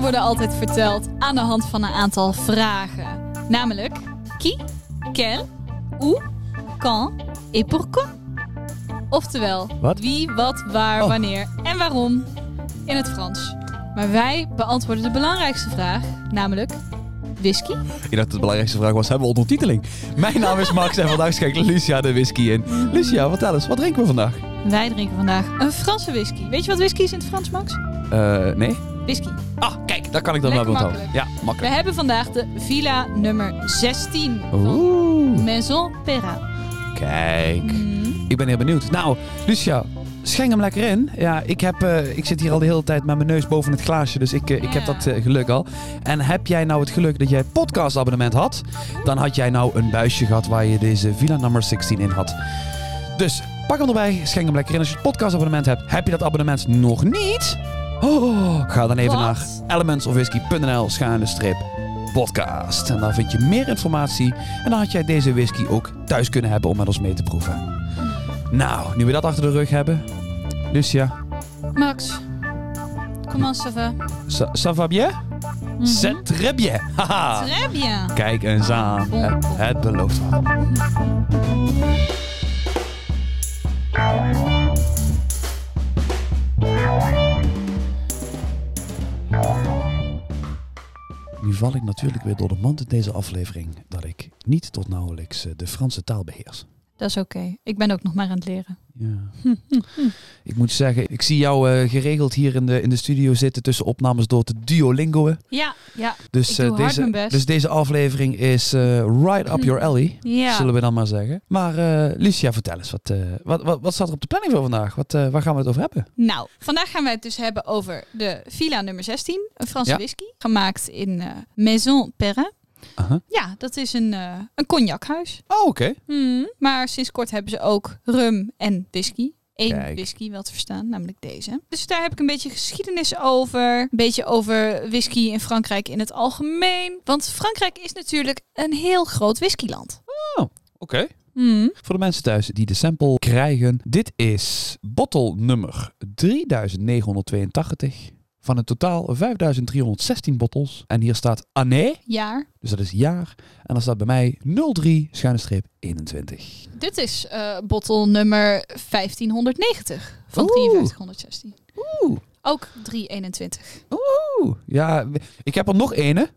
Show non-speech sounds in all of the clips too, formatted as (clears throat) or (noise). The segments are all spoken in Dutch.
worden altijd verteld aan de hand van een aantal vragen. Namelijk, qui, quel, où, quand et pourquoi. Oftewel, Wat? wie, wat, waar, Oh. wanneer en waarom in het Frans. Maar wij beantwoorden de belangrijkste vraag, namelijk whisky. Ik dacht dat de belangrijkste vraag was, hebben we ondertiteling? Mijn naam is Max en vandaag schenkt Lucia de whisky in. Lucia, vertel eens, wat drinken we vandaag? Wij drinken vandaag een Franse whisky. Weet je wat whisky is in het Frans, Max? Eh, nee? Whisky. Ah, kijk, daar kan ik dan wel Lekker onthouden. Ja, We makkelijk. hebben vandaag de villa nummer 16 van Oeh, Maison Perra. kijk. Mhm. Ik ben heel benieuwd. Nou, Lucia, schenk hem lekker in. Ja, ik, heb, eh, ik zit hier al de hele tijd met mijn neus boven het glaasje, dus ik, eh, ik heb Ja. dat eh, geluk al. En heb jij nou het geluk dat jij een podcastabonnement had, dan had jij nou een buisje gehad waar je deze Villa nummer 16 in had. Dus pak hem erbij, schenk hem lekker in. Als je het podcastabonnement hebt, heb je dat abonnement nog niet? Oh, ga dan even Wat? naar elementsofwhisky.nl schuine strip podcast. En daar vind je meer informatie. En dan had jij deze whisky ook thuis kunnen hebben om met ons mee te proeven. Nou, nu we dat achter de rug hebben. Lucia, Max, comment ça va? ça, ça va bien? Mhm. C'est très bien. Haha. Très bien. Kijk eens aan. Het, het belooft wat. Nu val ik natuurlijk weer door de mand in deze aflevering dat ik niet tot nauwelijks eh, de Franse taal beheers. Dat is oké. Ik ben ook nog maar aan het leren. Ja. (laughs) ik moet zeggen, ik zie jou eh, geregeld hier in de, in de studio zitten tussen opnames door te duolingoen. Ja, ja, Dus, Ik doe eh, hard deze, mijn best. dus deze aflevering is eh, right up your alley. ja. Zullen we dan maar zeggen. Maar eh, Lucia, vertel eens, wat, eh, wat, wat, wat staat er op de planning voor vandaag? Wat, eh, waar gaan we het over hebben? Nou, vandaag gaan wij het dus hebben over de Villa nummer 16. Een Franse Ja. whisky. Gemaakt in eh, Maison Perra. Aha. Ja, dat is een, eh, een cognachuis. Oh, oké. Hmm, Maar sinds kort hebben ze ook rum en whisky. Eén Kijk. whisky wel te verstaan, namelijk deze. Dus daar heb ik een beetje geschiedenis over. Een beetje over whisky in Frankrijk in het algemeen. Want Frankrijk is natuurlijk een heel groot whiskyland. Oké. Hmm. Voor de mensen thuis die de sample krijgen. Dit is bottle nummer 3982 van een totaal 5316 bottles. En hier staat année, Jaar. dus dat is jaar. En dan staat bij mij 03 schuine streep 21. Dit is eh bottle nummer 1590 van Oeh. 5316. Oeh. Ook 321. Oeh. Ja, ik heb er nog ene.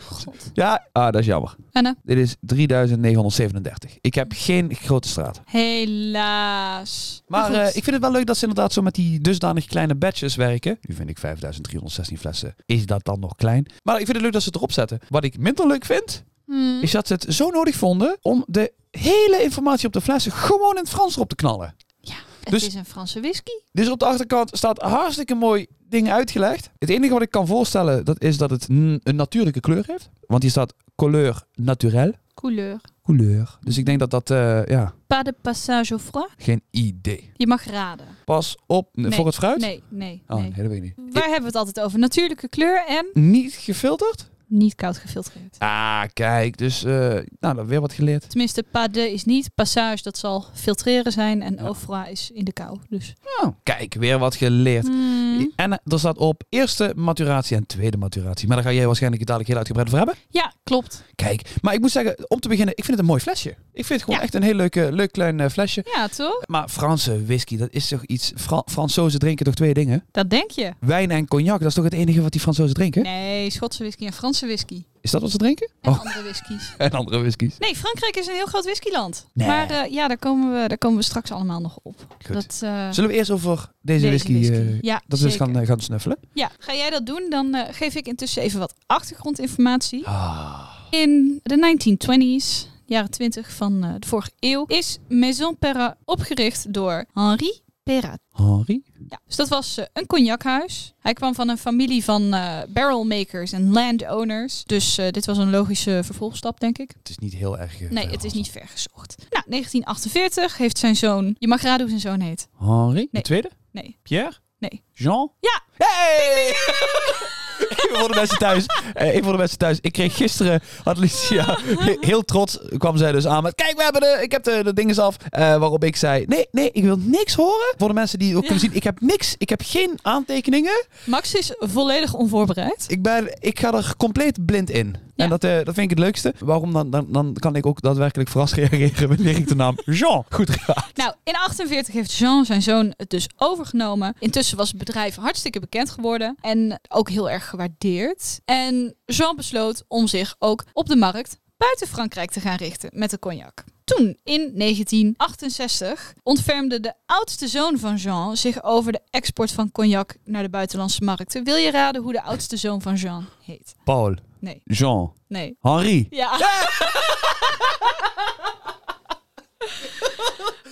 God. eh, Ja, ah, dat is jammer. Anne, Dit is 3937. Ik heb geen grote straat. helaas. Maar eh, goed. ik vind het wel leuk dat ze inderdaad zo met die dusdanig kleine batches werken. Nu vind ik 5316 flessen. Is dat dan nog klein? Maar ik vind het leuk dat ze het erop zetten. Wat ik minder leuk vind, Hmm. is dat ze het zo nodig vonden om de hele informatie op de flessen gewoon in het Frans erop te knallen. Het dus- is een Franse whisky. Dus op de achterkant staat hartstikke mooi ding uitgelegd. Het enige wat ik kan voorstellen, dat is dat het n- een natuurlijke kleur heeft. Want hier staat couleur naturel. Couleur. Couleur. Dus ik denk dat dat, eh, ja, Pas de passage au froid. geen idee. Je mag raden. Pas op Nee, voor het fruit? Nee, nee, Oh, nee. nee, dat weet ik niet. Waar hebben we het altijd over? Natuurlijke kleur en Niet gefilterd? niet koud gefiltreerd. Ah, kijk. Dus, eh nou, dan weer wat geleerd. Tenminste, pas de is niet. Passage, dat zal filtreren zijn. En Ja. au froid is in de kou. Dus. Nou, kijk, weer wat geleerd. Hmm. En eh, er staat op eerste maturatie en tweede maturatie. Maar daar ga jij waarschijnlijk het dadelijk heel uitgebreid over hebben. Ja, klopt. Kijk, maar ik moet zeggen, om te beginnen, ik vind het een mooi flesje. Ik vind het gewoon Ja. echt een heel leuk, eh, leuk klein eh, flesje. Ja, toch? Maar Franse whisky, dat is toch iets... Fra Fransozen drinken toch twee dingen? Dat denk je. Wijn en cognac, dat is toch het enige wat die Fransozen drinken? Nee, Schotse whisky en Franse whisky. Is dat wat ze drinken? En Oh, andere whiskies. (laughs) en andere whiskies. Nee, Frankrijk is een heel groot whiskyland. Nee. Maar eh, ja, daar komen, we, daar komen we straks allemaal nog op. Goed. Dat, eh, Zullen we eerst over deze, deze whisky... eh, ja, dat we eens zeker. gaan, eh, gaan snuffelen? ja, ga jij dat doen, dan eh, geef ik intussen even wat achtergrondinformatie. Ah. In de 1920s, jaren 20 van eh, de vorige eeuw, is Maison Perra opgericht door Henri Perra. Henri? Ja, dus dat was eh, een cognachuis. Hij kwam van een familie van eh, barrelmakers en landowners. Dus eh, dit was een logische vervolgstap, denk ik. Het is niet heel erg... Nee, eh, ver het is afstand. niet ver gezocht. Nou, 1948 heeft zijn zoon. Je mag raden hoe zijn zoon heet. Henri? De (laughs) Nee. tweede? Nee. Pierre? Nee. (laughs) Jean? Ja. Hey! Even voor de mensen thuis. eh, even voor de mensen thuis. Ik kreeg gisteren, (laughs) had Lucia, he- heel trots kwam zij dus aan met... Kijk, we hebben de, ik heb de, de dinges af. Eh, waarop ik zei, nee, nee, ik wil niks horen. Voor de mensen die ook kunnen zien, ik heb niks. Ik heb geen aantekeningen. Max is volledig onvoorbereid. Ik, ben, ik ga er compleet blind in. Ja. En dat, eh, dat vind ik het leukste. Waarom dan, dan, dan kan ik ook daadwerkelijk verrast (laughs) reageren wanneer ik de naam Jean goed raad. Nou, in 48 heeft Jean zijn zoon het dus overgenomen. Intussen was het bedrijf hartstikke bekend geworden en ook heel erg gewaardeerd. En Jean besloot om zich ook op de markt buiten Frankrijk te gaan richten met de cognac. Toen, in 1968, ontfermde de oudste zoon van Jean zich over de export van cognac naar de buitenlandse markten. Wil je raden hoe de oudste zoon van Jean heet? Paul, Nee, Jean, nee. Henri. Ja.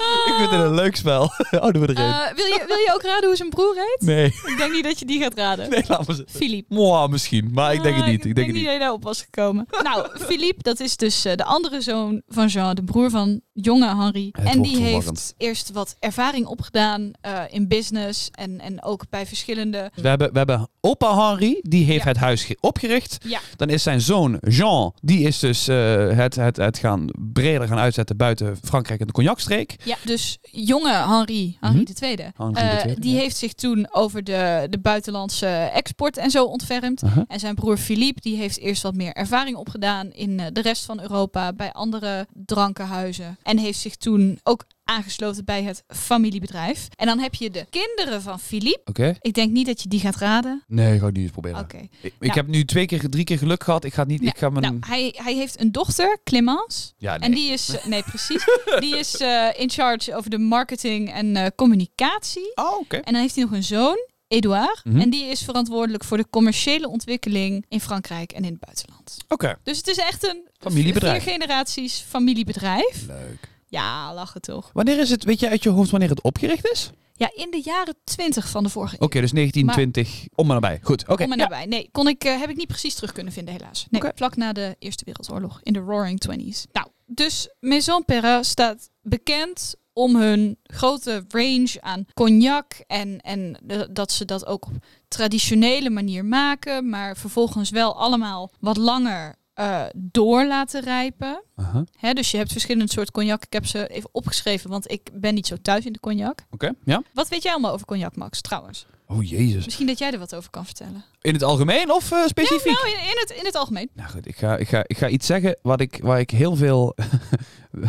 Ik vind het een leuk spel. (laughs) Houden we erin. Eh, wil, je, wil je ook raden hoe zijn broer heet? nee, (laughs) Ik denk niet dat je die gaat raden. nee, laten we ze. Philippe. Mwah, misschien, maar ik denk het Ah, niet. Ik denk het niet niet. dat je daarop was gekomen. nou, Philippe, dat is dus eh, de andere zoon van Jean, de broer van jonge Henri. Het en wordt die heeft verwarrend. eerst wat ervaring opgedaan eh, in business en, en ook bij verschillende... Dus We hebben, we hebben opa Henri, die heeft Ja. het huis ge- opgericht. Ja, Dan is zijn zoon Jean, die is dus eh, het, het, het gaan breder gaan uitzetten buiten Frankrijk en de cognacstreek. ja. dus jonge Henri, Henri Mhm. II, Henri eh, II, die ja. heeft zich toen over de, de buitenlandse export en zo ontfermd. Aha. En zijn broer Philippe die heeft eerst wat meer ervaring opgedaan in eh, de rest van Europa bij andere drankenhuizen. En heeft zich toen ook aangesloten bij het familiebedrijf. En dan heb je de kinderen van Philippe. Oké? Ik denk niet dat je die gaat raden. Nee, ga ik niet eens proberen. Oké. Ik, ik Nou. heb nu twee keer, drie keer geluk gehad. Ik ga het niet, Ja, ik ga mijn... Nou, hij, hij heeft een dochter, Clémence. ja, nee. En die is, eh, nee (laughs) precies, die is eh, in charge over de marketing en eh, communicatie. Oh, oké. En dan heeft hij nog een zoon, Edouard. Mhm. En die is verantwoordelijk voor de commerciële ontwikkeling in Frankrijk en in het buitenland. Oké. Dus het is echt een Familiebedrijf. vier generaties familiebedrijf. Leuk. Ja, lachen toch. Wanneer is het, weet je uit je hoofd wanneer het opgericht is? Oké, Ja, in de jaren twintig van de vorige eeuw. dus 1920, om maar nabij. Goed, oké. Kom er Ja. naar bij. Nee, kon ik, eh, heb ik niet precies terug kunnen vinden, helaas. Nee, Oké. vlak na de Eerste Wereldoorlog, in de Roaring Twenties. Nou, dus Maison Perrin staat bekend om hun grote range aan cognac. En, en de- dat ze dat ook op traditionele manier maken. Maar vervolgens wel allemaal wat langer eh, door laten rijpen. Aha. Hè, dus je hebt verschillend soort cognac. Ik heb ze even opgeschreven, want ik ben niet zo thuis in de cognac. Oké, ja. Wat weet jij allemaal over cognac, Max, trouwens? Oh, jezus. Misschien dat jij er wat over kan vertellen. In het algemeen of eh, specifiek? Nou, in, in het, in het algemeen. Nou goed, ik ga, ik ga, ik ga iets zeggen wat ik, waar ik heel veel (laughs)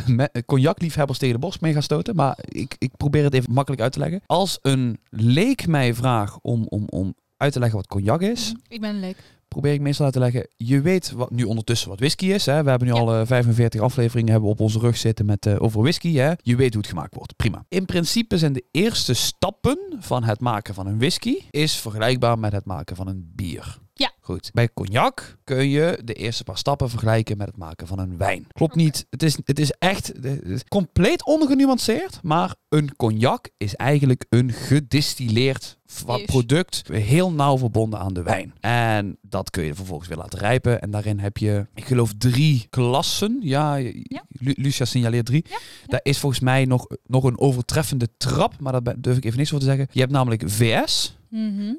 me- cognacliefhebbers tegen de borst mee ga stoten. Maar ik, ik probeer het even makkelijk uit te leggen. Als een leek mij vraagt om, om, om uit te leggen wat cognac is, Ik ben een leek. probeer ik meestal uit te leggen. Je weet wat, nu ondertussen wat whisky is. Hè? We hebben nu Ja. al eh, 45 afleveringen hebben we op onze rug zitten met, eh, over whisky. Hè? Je weet hoe het gemaakt wordt. Prima. In principe zijn de eerste stappen van het maken van een whisky... is vergelijkbaar met het maken van een bier. Ja. Goed. Bij cognac kun je de eerste paar stappen vergelijken met het maken van een wijn. Klopt niet. Het is, het is echt het is compleet ongenuanceerd. Maar een cognac is eigenlijk een gedistilleerd va- Is. product. Heel nauw verbonden aan de wijn. En dat kun je vervolgens weer laten rijpen. En daarin heb je, ik geloof, drie klassen. Ja, je- Ja. Lu- Lucia signaleert drie. Daar is volgens mij nog, nog een overtreffende trap. Maar daar ben- durf ik even niks voor te zeggen. Je hebt namelijk VS.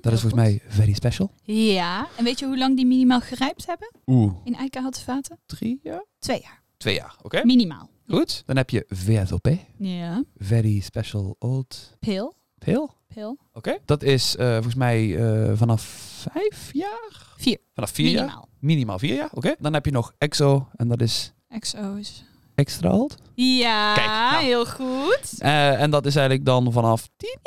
Dat is volgens mij very special. Mhm. Ja, en weet je hoe lang die minimaal gerijpt hebben Oeh. in eikenhouten vaten? Drie jaar? Twee jaar. Twee jaar, oké. Minimaal. Goed. Dan heb je VSOP. Ja. Very Special Old Pil. Pale. Oké. Pil. Dat is eh, volgens mij eh, vanaf vijf jaar? Vier. Vanaf vier jaar? Minimaal. Minimaal vier jaar, oké. Dan heb je nog EXO en dat is XO's. extra old. Ja, Kijk, nou. heel goed. Eh, en dat is eigenlijk dan vanaf tien.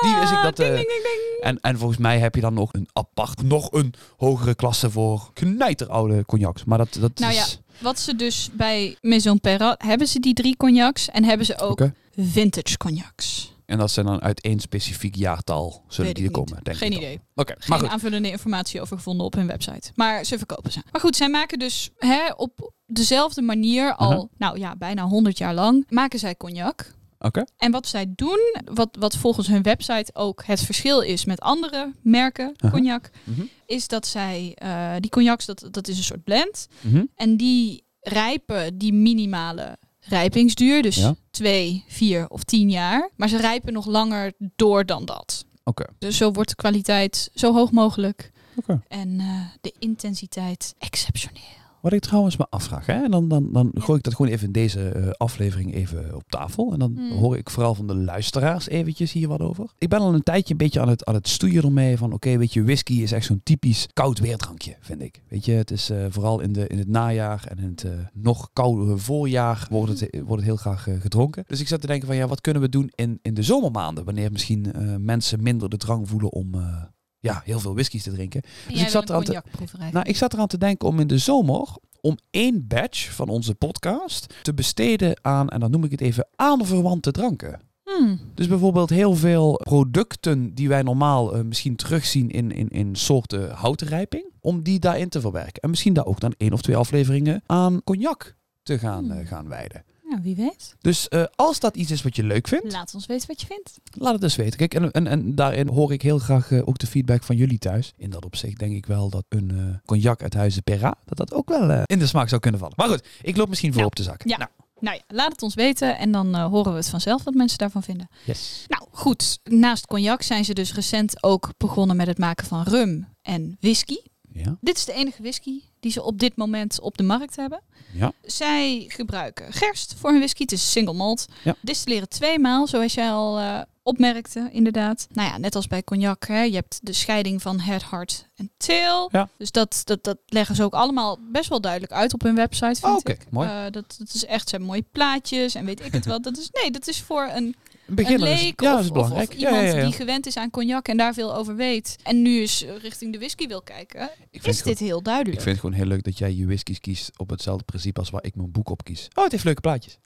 Die wist ik dat, Ding, eh, ding, ding, ding. En, en volgens mij heb je dan nog een apart, nog een hogere klasse voor knijteroude cognacs. Maar dat, dat Nou ja, is... Wat ze dus bij Maison Perrat hebben ze die drie cognacs en hebben ze ook Oké. vintage cognacs. En dat zijn dan uit één specifiek jaartal zullen Weet die er ik niet. komen, denk Geen ik dan. idee. Oké, maar Geen goed. aanvullende informatie over gevonden op hun website. Maar ze verkopen ze. Maar goed, zij maken dus hè, op dezelfde manier al, Aha. nou ja, bijna 100 jaar lang, maken zij cognac. Oké. En wat zij doen, wat, wat volgens hun website ook het verschil is met andere merken Aha. cognac, Mhm. is dat zij eh, die cognacs, dat, dat is een soort blend. Mhm. En die rijpen die minimale rijpingsduur, dus Ja. twee, vier of tien jaar. Maar ze rijpen nog langer door dan dat. Oké. Dus zo wordt de kwaliteit zo hoog mogelijk Oké. En eh, de intensiteit exceptioneel. Wat ik trouwens me afvraag, hè? en dan, dan, dan gooi ik dat gewoon even in deze eh, aflevering even op tafel. En dan Hmm. hoor ik vooral van de luisteraars eventjes hier wat over. Ik ben al een tijdje een beetje aan het, aan het stoeien ermee van, oké, weet je, whisky is echt zo'n typisch koud weerdrankje, vind ik. Weet je, het is eh, vooral in, de, in het najaar en in het eh, nog koudere voorjaar wordt het, eh, wordt het heel graag eh, gedronken. Dus ik zat te denken van, ja, wat kunnen we doen in, in de zomermaanden, wanneer misschien eh, mensen minder de drang voelen om... eh, ja, heel veel whiskies te drinken. Dus ik zat er altijd- (laughs) Nou, ik zat eraan te denken om in de zomer om één batch van onze podcast te besteden aan, en dan noem ik het even, aanverwante dranken. Hmm. Dus bijvoorbeeld heel veel producten die wij normaal eh, misschien terugzien in, in, in soorten houtrijping, om die daarin te verwerken. En misschien daar ook dan één of twee afleveringen aan cognac te gaan, Hmm. eh, gaan wijden. wie weet. Dus eh, als dat iets is wat je leuk vindt, Laat ons weten wat je vindt. Laat het eens weten. Kijk, en, en, en daarin hoor ik heel graag eh, ook de feedback van jullie thuis. In dat opzicht denk ik wel dat een eh, cognac uit Huizen Perra, dat dat ook wel eh, in de smaak zou kunnen vallen. Maar goed, ik loop misschien voor Nou, op de zak. ja. Nou, Nou ja, laat het ons weten en dan eh, horen we het vanzelf wat mensen daarvan vinden. yes. Nou goed, naast cognac zijn ze dus recent ook begonnen met het maken van rum en whisky. Ja. Dit is de enige whisky die ze op dit moment op de markt hebben. Ja. Zij gebruiken gerst voor hun whisky. Het is single malt. Ja. Distilleren tweemaal, zoals jij al eh, opmerkte, inderdaad. Nou ja, net als bij cognac. Hè, je hebt de scheiding van head, hart en tail. Ja. Dus dat, dat, dat leggen ze ook allemaal best wel duidelijk uit op hun website, Oh, vind Oké, ik. mooi. Eh, dat, dat is echt, zijn mooie plaatjes en weet ik (laughs) het wat. Dat is, nee, dat is voor een Beginnen een is- leek ja, of, dat is of- belangrijk. of Ja, iemand ja, ja. die gewend is aan cognac en daar veel over weet. En nu eens eh, richting de whisky wil kijken. Ik vind, Is het gewoon, dit heel ik duidelijk? vind het gewoon heel leuk dat jij je whiskies kiest op hetzelfde principe als waar ik mijn boek op kies. Oh, het heeft leuke plaatjes.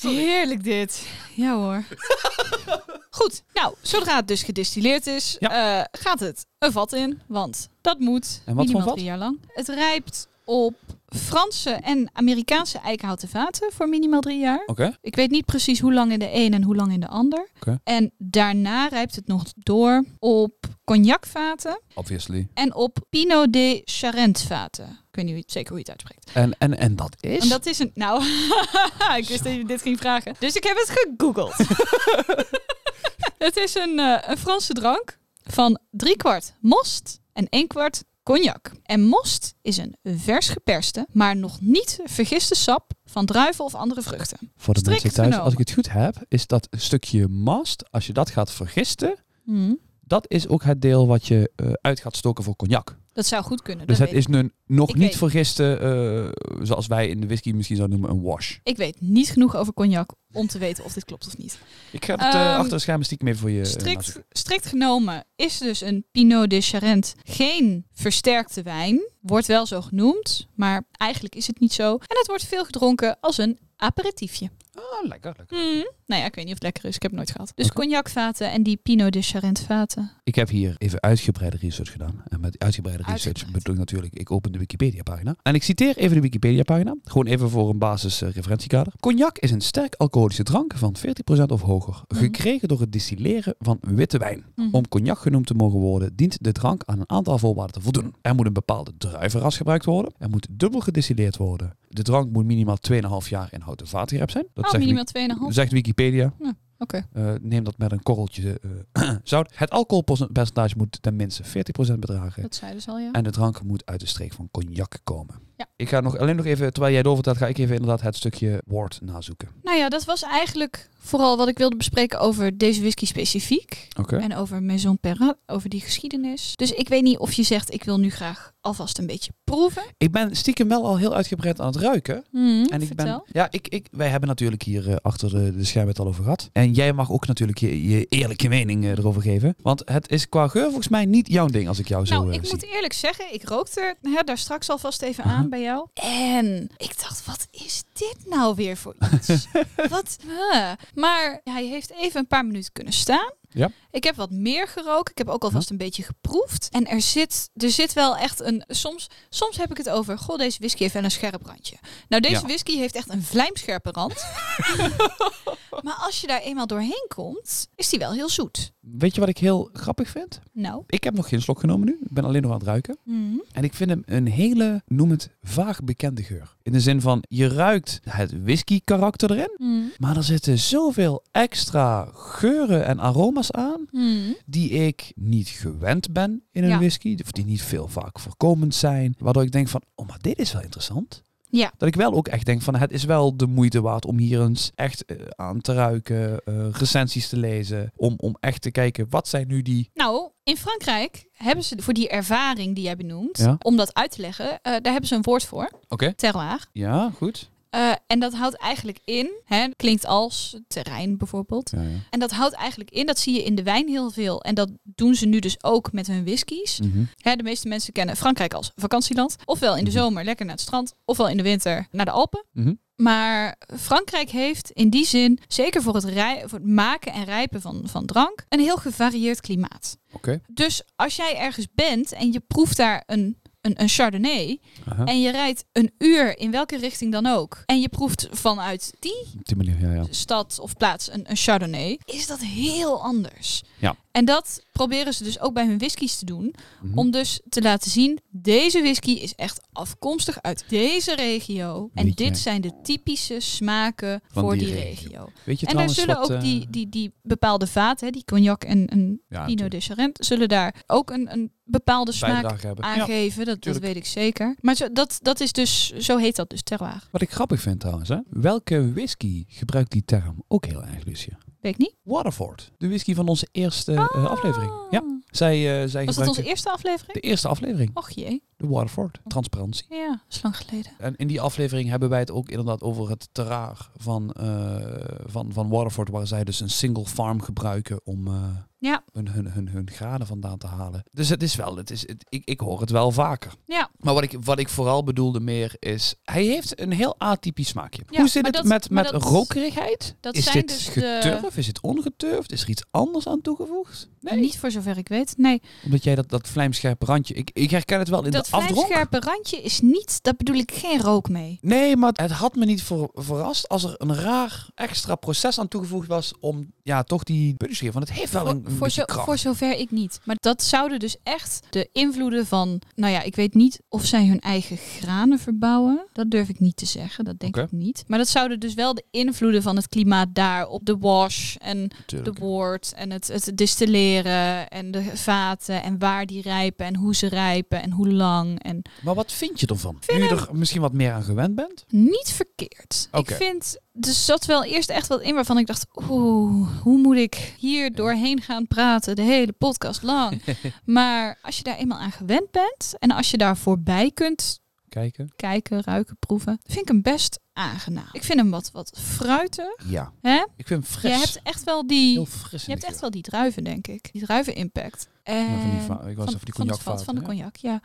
Heerlijk dit. Ja (laughs) hoor. Goed, nou, zodra het dus gedistilleerd is, eh, gaat het een vat in. Want dat moet voor minimaal vat? drie jaar lang. Het rijpt op Franse en Amerikaanse eikenhouten vaten voor minimaal drie jaar. Oké. Ik weet niet precies hoe lang in de een en hoe lang in de ander. Oké. En daarna rijpt het nog door op cognacvaten Obviously. en op Pinot de Charente vaten. Ik weet niet hoe- zeker hoe je het uitspreekt. En, en, en dat is? En dat is een. Nou, (laughs) ik wist dat je dit ging vragen. Dus ik heb het gegoogeld. (laughs) het is een, eh, een Franse drank van drie kwart most en één kwart cognac. En most is een vers geperste, maar nog niet vergiste sap van druiven of andere vruchten. Voor de mensen strikt thuis, genomen. als ik het goed heb, is dat een stukje mast, als je dat gaat vergisten, Hmm. dat is ook het deel wat je eh, uit gaat stoken voor cognac. Dat zou goed kunnen. Dus dat het weet is nu nog Ik niet weet- vergisten, eh, zoals wij in de whisky misschien zouden noemen, een wash. ik. Ik weet niet genoeg over cognac om te weten of dit klopt of niet. Ik ga het eh, Ehm, achter de schermen stiekem even voor je... eh, Strikt, nazoeken. strikt genomen is dus een Pinot de Charente geen versterkte wijn. Wordt wel zo genoemd, maar eigenlijk is het niet zo. En het wordt veel gedronken als een aperitiefje. Ah, lekker, lekker. Mm. Nou ja, ik weet niet of het lekker is. Ik heb het nooit gehad. Dus Oké. cognacvaten en die Pinot de Charente vaten. Ik heb hier even uitgebreide research gedaan. En met uitgebreide research Uitgebreid. bedoel ik natuurlijk, ik open de Wikipedia-pagina. En ik citeer even de Wikipedia-pagina, gewoon even voor een basisreferentiekader. Cognac is een sterk alcoholische drank van 14% of hoger, Mhm. gekregen door het distilleren van witte wijn. Mhm. Om cognac genoemd te mogen worden, dient de drank aan een aantal voorwaarden te voldoen. Er moet een bepaalde druivenras gebruikt worden. Er moet dubbel gedistilleerd worden. De drank moet minimaal 2,5 jaar in houten vaatgrijp zijn. Dat oh, zegt, minimaal 2,5. Wik- zegt Wikipedia. Oké. Eh, neem dat met een korreltje eh, (clears throat) zout. Het alcoholpercentage moet ten minste 40% bedragen. Dat zeiden ze al, ja. En de drank moet uit de streek van cognac komen. Ja. Ik ga nog alleen nog even, terwijl jij doorvertelt, ga ik even inderdaad het stukje woord nazoeken. Nou ja, dat was eigenlijk vooral wat ik wilde bespreken over deze whisky specifiek. Oké. En over Maison Perrat, over die geschiedenis. Dus ik weet niet of je zegt, ik wil nu graag alvast een beetje proeven. Ik ben stiekem wel al heel uitgebreid aan het ruiken. Mm, En ik ben, vertel. ja, ik, ik, wij hebben natuurlijk hier eh, achter de, de schermen het al over gehad. En jij mag ook natuurlijk je, je eerlijke mening eh, erover geven. Want het is qua geur volgens mij niet jouw ding als ik jou zo Nou, eh, ik zie. moet eerlijk zeggen, ik rookte er hè, daar straks alvast even Aha. aan bij jou. En ik dacht, wat is dit nou weer voor (laughs) iets? wat? huh. Maar hij heeft even een paar minuten kunnen staan. Ja. Ik heb wat meer gerookt. Ik heb ook alvast een beetje geproefd. En er zit, er zit wel echt een... Soms, soms heb ik het over, goh, deze whisky heeft wel een scherp randje. Nou, deze Ja. whisky heeft echt een vlijmscherpe (laughs) rand. maar als je daar eenmaal doorheen komt, is die wel heel zoet. Weet je wat ik heel grappig vind? Nou. Ik heb nog geen slok genomen nu. Ik ben alleen nog aan het ruiken. Mhm. En ik vind hem een hele, noem het, vaag bekende geur. In de zin van, je ruikt het whisky karakter erin. Mhm. Maar er zitten zoveel extra geuren en aroma's aroma's aan Hmm. die ik niet gewend ben in een Ja. whisky. Of die niet veel vaak voorkomend zijn. Waardoor ik denk van, oh, maar dit is wel interessant. Ja. Dat ik wel ook echt denk van, het is wel de moeite waard om hier eens echt eh, aan te ruiken, eh, recensies te lezen. Om, om echt te kijken, wat zijn nu die... Nou, in Frankrijk hebben ze voor die ervaring die jij benoemt, Ja. om dat uit te leggen, eh, daar hebben ze een woord voor, Oké. terroir. Ja, goed. Eh, en dat houdt eigenlijk in, hè, klinkt als terrein bijvoorbeeld. Ja, ja. En dat houdt eigenlijk in, dat zie je in de wijn heel veel. En dat doen ze nu dus ook met hun whiskies. Mhm. Hè, de meeste mensen kennen Frankrijk als vakantieland. Ofwel in de Mhm. zomer lekker naar het strand, ofwel in de winter naar de Alpen. Mhm. Maar Frankrijk heeft in die zin, zeker voor het, rij- voor het maken en rijpen van, van drank, een heel gevarieerd klimaat. Oké. Dus als jij ergens bent en je proeft daar een, een, een chardonnay Aha. en je rijdt een uur in welke richting dan ook en je proeft vanuit die Op die manier, ja, ja. stad of plaats een, een chardonnay, is dat heel anders. Ja. En dat proberen ze dus ook bij hun whiskies te doen. Mhm. Om dus te laten zien, deze whisky is echt afkomstig uit deze regio. En Weet je- dit zijn de typische smaken Van voor die die, regio. regio. Weet je En daar trouwens zullen wat, ook eh, die, die, die bepaalde vaten, hè, die cognac en, en ja, Pinot natuurlijk de Charente, zullen daar ook een, een bepaalde smaak bijdrage hebben. Ja. aangeven. dat, dat tuurlijk. weet ik zeker. Maar zo, dat, dat is dus, zo heet dat dus, terroir. Wat ik grappig vind trouwens, hè? welke whisky gebruikt die term ook heel erg, Lucia? Weet ik niet. Waterford, de whisky van onze eerste eh, aflevering. Ja, zij, eh zij Ah. Was dat gebruikten onze eerste aflevering? de eerste aflevering, Och jee, de Waterford, transparantie. ja, dat is lang geleden. En in die aflevering hebben wij het ook inderdaad over het terraar van, eh, van, van Waterford, waar zij dus een single farm gebruiken om eh, Ja. hun, hun, hun, hun graden vandaan te halen. Dus het is wel, het is, het- ik, ik hoor het wel vaker. Ja, Maar wat ik, wat ik vooral bedoelde meer is, hij heeft een heel atypisch smaakje. Ja, Hoe zit maar het dat- met, maar met dat- rokerigheid? dat is zijn dit dus de- geturfd? Is het ongeturfd? Is er iets anders aan toegevoegd? Nee. niet voor zover ik weet. Nee, Omdat jij dat, dat vlijmscherpe randje, ik, ik herken het wel in dat de afdronk. vlijmscherpe randje is niet, dat bedoel ik, geen rook mee. Nee, maar het had me niet voor, verrast als er een raar extra proces aan toegevoegd was om ja, toch die budgetscheer. Want het heeft wel Oh, een, Voor, een voor, beetje zo, kracht. voor zover ik niet. Maar dat zouden dus echt de invloeden van... Nou ja, ik weet niet of zij hun eigen granen verbouwen. Dat durf ik niet te zeggen, dat denk Oké. ik niet. Maar dat zouden dus wel de invloeden van het klimaat daar... op de wash en de Natuurlijk. wort en het, het distilleren en de vaten... en waar die rijpen en hoe ze rijpen en hoe lang. En Maar wat vind je ervan? Nu je er misschien wat meer aan gewend bent? Niet verkeerd. Oké. Ik vind, dus zat wel eerst echt wat in waarvan ik dacht, oeh, hoe moet ik hier doorheen gaan praten de hele podcast (laughs) lang? maar als je daar eenmaal aan gewend bent en als je daar voorbij kunt Kijken. kijken, ruiken, proeven, vind ik hem best aangenaam. Ik vind hem wat, wat fruiten. Ja. Hè? Ik vind hem Je fris. hebt echt wel die, heel fris. je in de hebt echt geur. wel die druiven, denk ik. Die druiven impact. En Ja, van die va- ik was even die van het vat cognacvaten, van de hè? cognac, ja.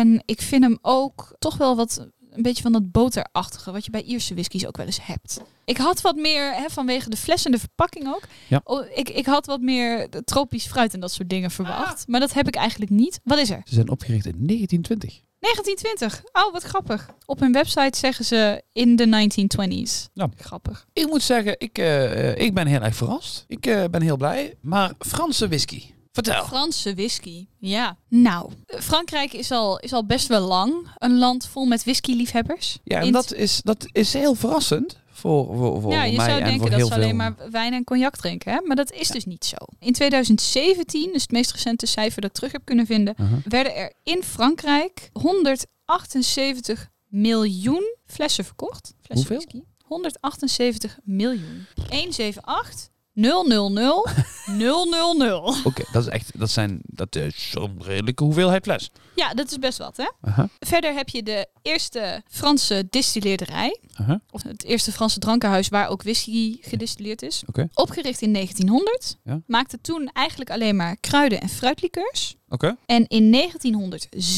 En ik vind hem ook toch wel wat een beetje van dat boterachtige wat je bij Ierse whiskies ook wel eens hebt. Ik had wat meer hè, vanwege de fles en de verpakking ook. Ja. Oh, ik, ik had wat meer de tropisch fruit en dat soort dingen Ah. verwacht, maar dat heb ik eigenlijk niet. Wat is er? Ze zijn opgericht in 1920. 1920. Oh, wat grappig. Op hun website zeggen ze in de 1920s. Ja. Grappig. Ik moet zeggen, ik, eh, eh, ik ben heel erg verrast. Ik eh, ben heel blij. Maar Franse whisky, vertel. Franse whisky. Ja. Nou, Frankrijk is al, is al best wel lang een land vol met whisky-liefhebbers. Ja, en Int- dat is, dat is heel verrassend voor, voor, voor ja, mij je zou en denken voor dat heel ze veel. alleen maar wijn en cognac drinken, hè? maar dat is dus niet zo. In 2017, dus het meest recente cijfer dat ik terug heb kunnen vinden, Aha. werden er in Frankrijk 178 miljoen flessen verkocht. Flessen Hoeveel? whisky. 178 miljoen. 178 (laughs) 000 000. Oké, dat is echt, dat zijn, dat is zo'n redelijke hoeveelheid fles. Ja, dat is best wat, hè? Aha, Verder heb je de eerste Franse distilleerderij. aha. Of het eerste Franse drankenhuis waar ook whisky gedistilleerd is. Oké. Opgericht in 1900. Ja. Maakte toen eigenlijk alleen maar kruiden en fruitlikeurs. Oké. En in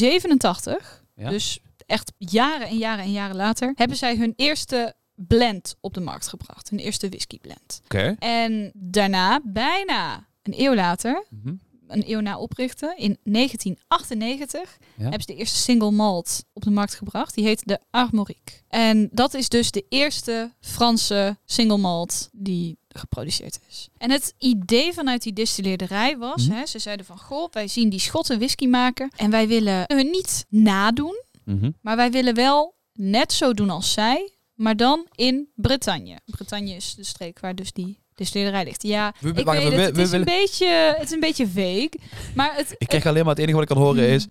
1987, Ja. dus echt jaren en jaren en jaren later, hebben zij hun eerste blend op de markt gebracht. Hun eerste whiskyblend. Oké. En daarna, bijna een eeuw later, Mhm. een eeuw na oprichten, in 1998 Ja. hebben ze de eerste single malt op de markt gebracht. Die heet de Armorique. En dat is dus de eerste Franse single malt die geproduceerd is. En het idee vanuit die distilleerderij was, Mhm. hè, ze zeiden van, goh, wij zien die Schotten whisky maken en wij willen hun niet nadoen, Mhm. maar wij willen wel net zo doen als zij, maar dan in Bretagne. Bretagne is de streek waar dus die de sleerderij ligt. Ja, We- ik wacht weet even, we- het. Het we is, een willen- beetje, het is een beetje vague. Maar het... (laughs) Ik krijg alleen maar het enige wat ik (laughs) kan horen is...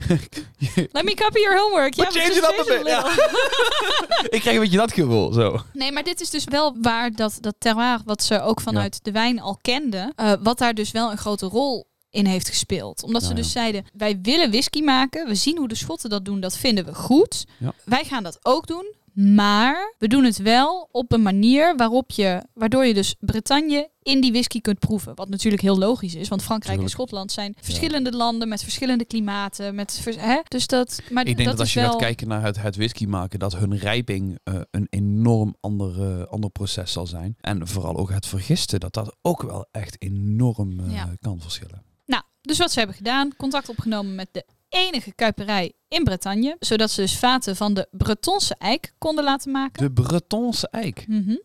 (laughs) Let me copy your homework. But Ja, change just it up a bit, ja. little. (laughs) ik krijg een beetje dat gevoel, zo. Nee, maar dit is dus wel waar dat, dat terroir, wat ze ook vanuit de wijn al kenden, eh, wat daar dus wel een grote rol in heeft gespeeld. Omdat Ja, ze Nou ja. dus zeiden, wij willen whisky maken, we zien hoe de Schotten dat doen, dat vinden we goed. Ja. Wij gaan dat ook doen, maar we doen het wel op een manier waarop je, waardoor je dus Bretagne in die whisky kunt proeven. Wat natuurlijk heel logisch is, want Frankrijk en Tuurlijk. Schotland zijn verschillende landen met verschillende klimaten. Met, vers- hè? Dus dat, maar Ik denk dat, dat als is je wel... gaat kijken naar het, het whisky maken, dat hun rijping eh, een enorm andere, ander proces zal zijn. En vooral ook het vergisten, dat dat ook wel echt enorm eh, Ja. kan verschillen. Nou, dus wat ze hebben gedaan, contact opgenomen met de enige kuiperij in Bretagne, zodat ze dus vaten van de Bretonse eik konden laten maken. De Bretonse eik. Mhm.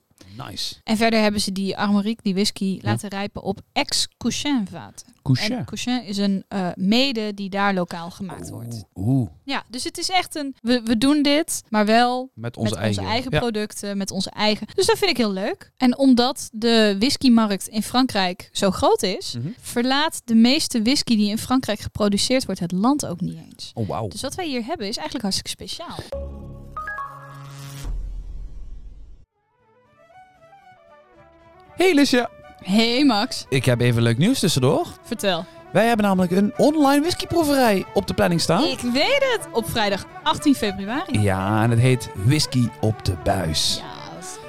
Nice. En verder hebben ze die armoriek, die whisky, laten rijpen op ex-couchin vaten. En Couchet. couchin is een eh, mede die daar lokaal Oh. gemaakt wordt. Oeh, oeh. Ja, dus het is echt een, we, we doen dit, maar wel met onze met eigen. onze eigen Ja. producten, met onze eigen. Dus dat vind ik heel leuk. En omdat de whiskymarkt in Frankrijk zo groot is, Mhm. verlaat de meeste whisky die in Frankrijk geproduceerd wordt het land ook niet eens. Oh, wauw. Dus wat wij hier hebben is eigenlijk hartstikke speciaal. Hey Licia. Hey Max, Ik heb even leuk nieuws tussendoor. vertel. Wij hebben namelijk een online whiskyproeverij op de planning staan. Ik weet het! Op vrijdag 18 februari. Ja, en het heet Whisky op de Buis. Ja.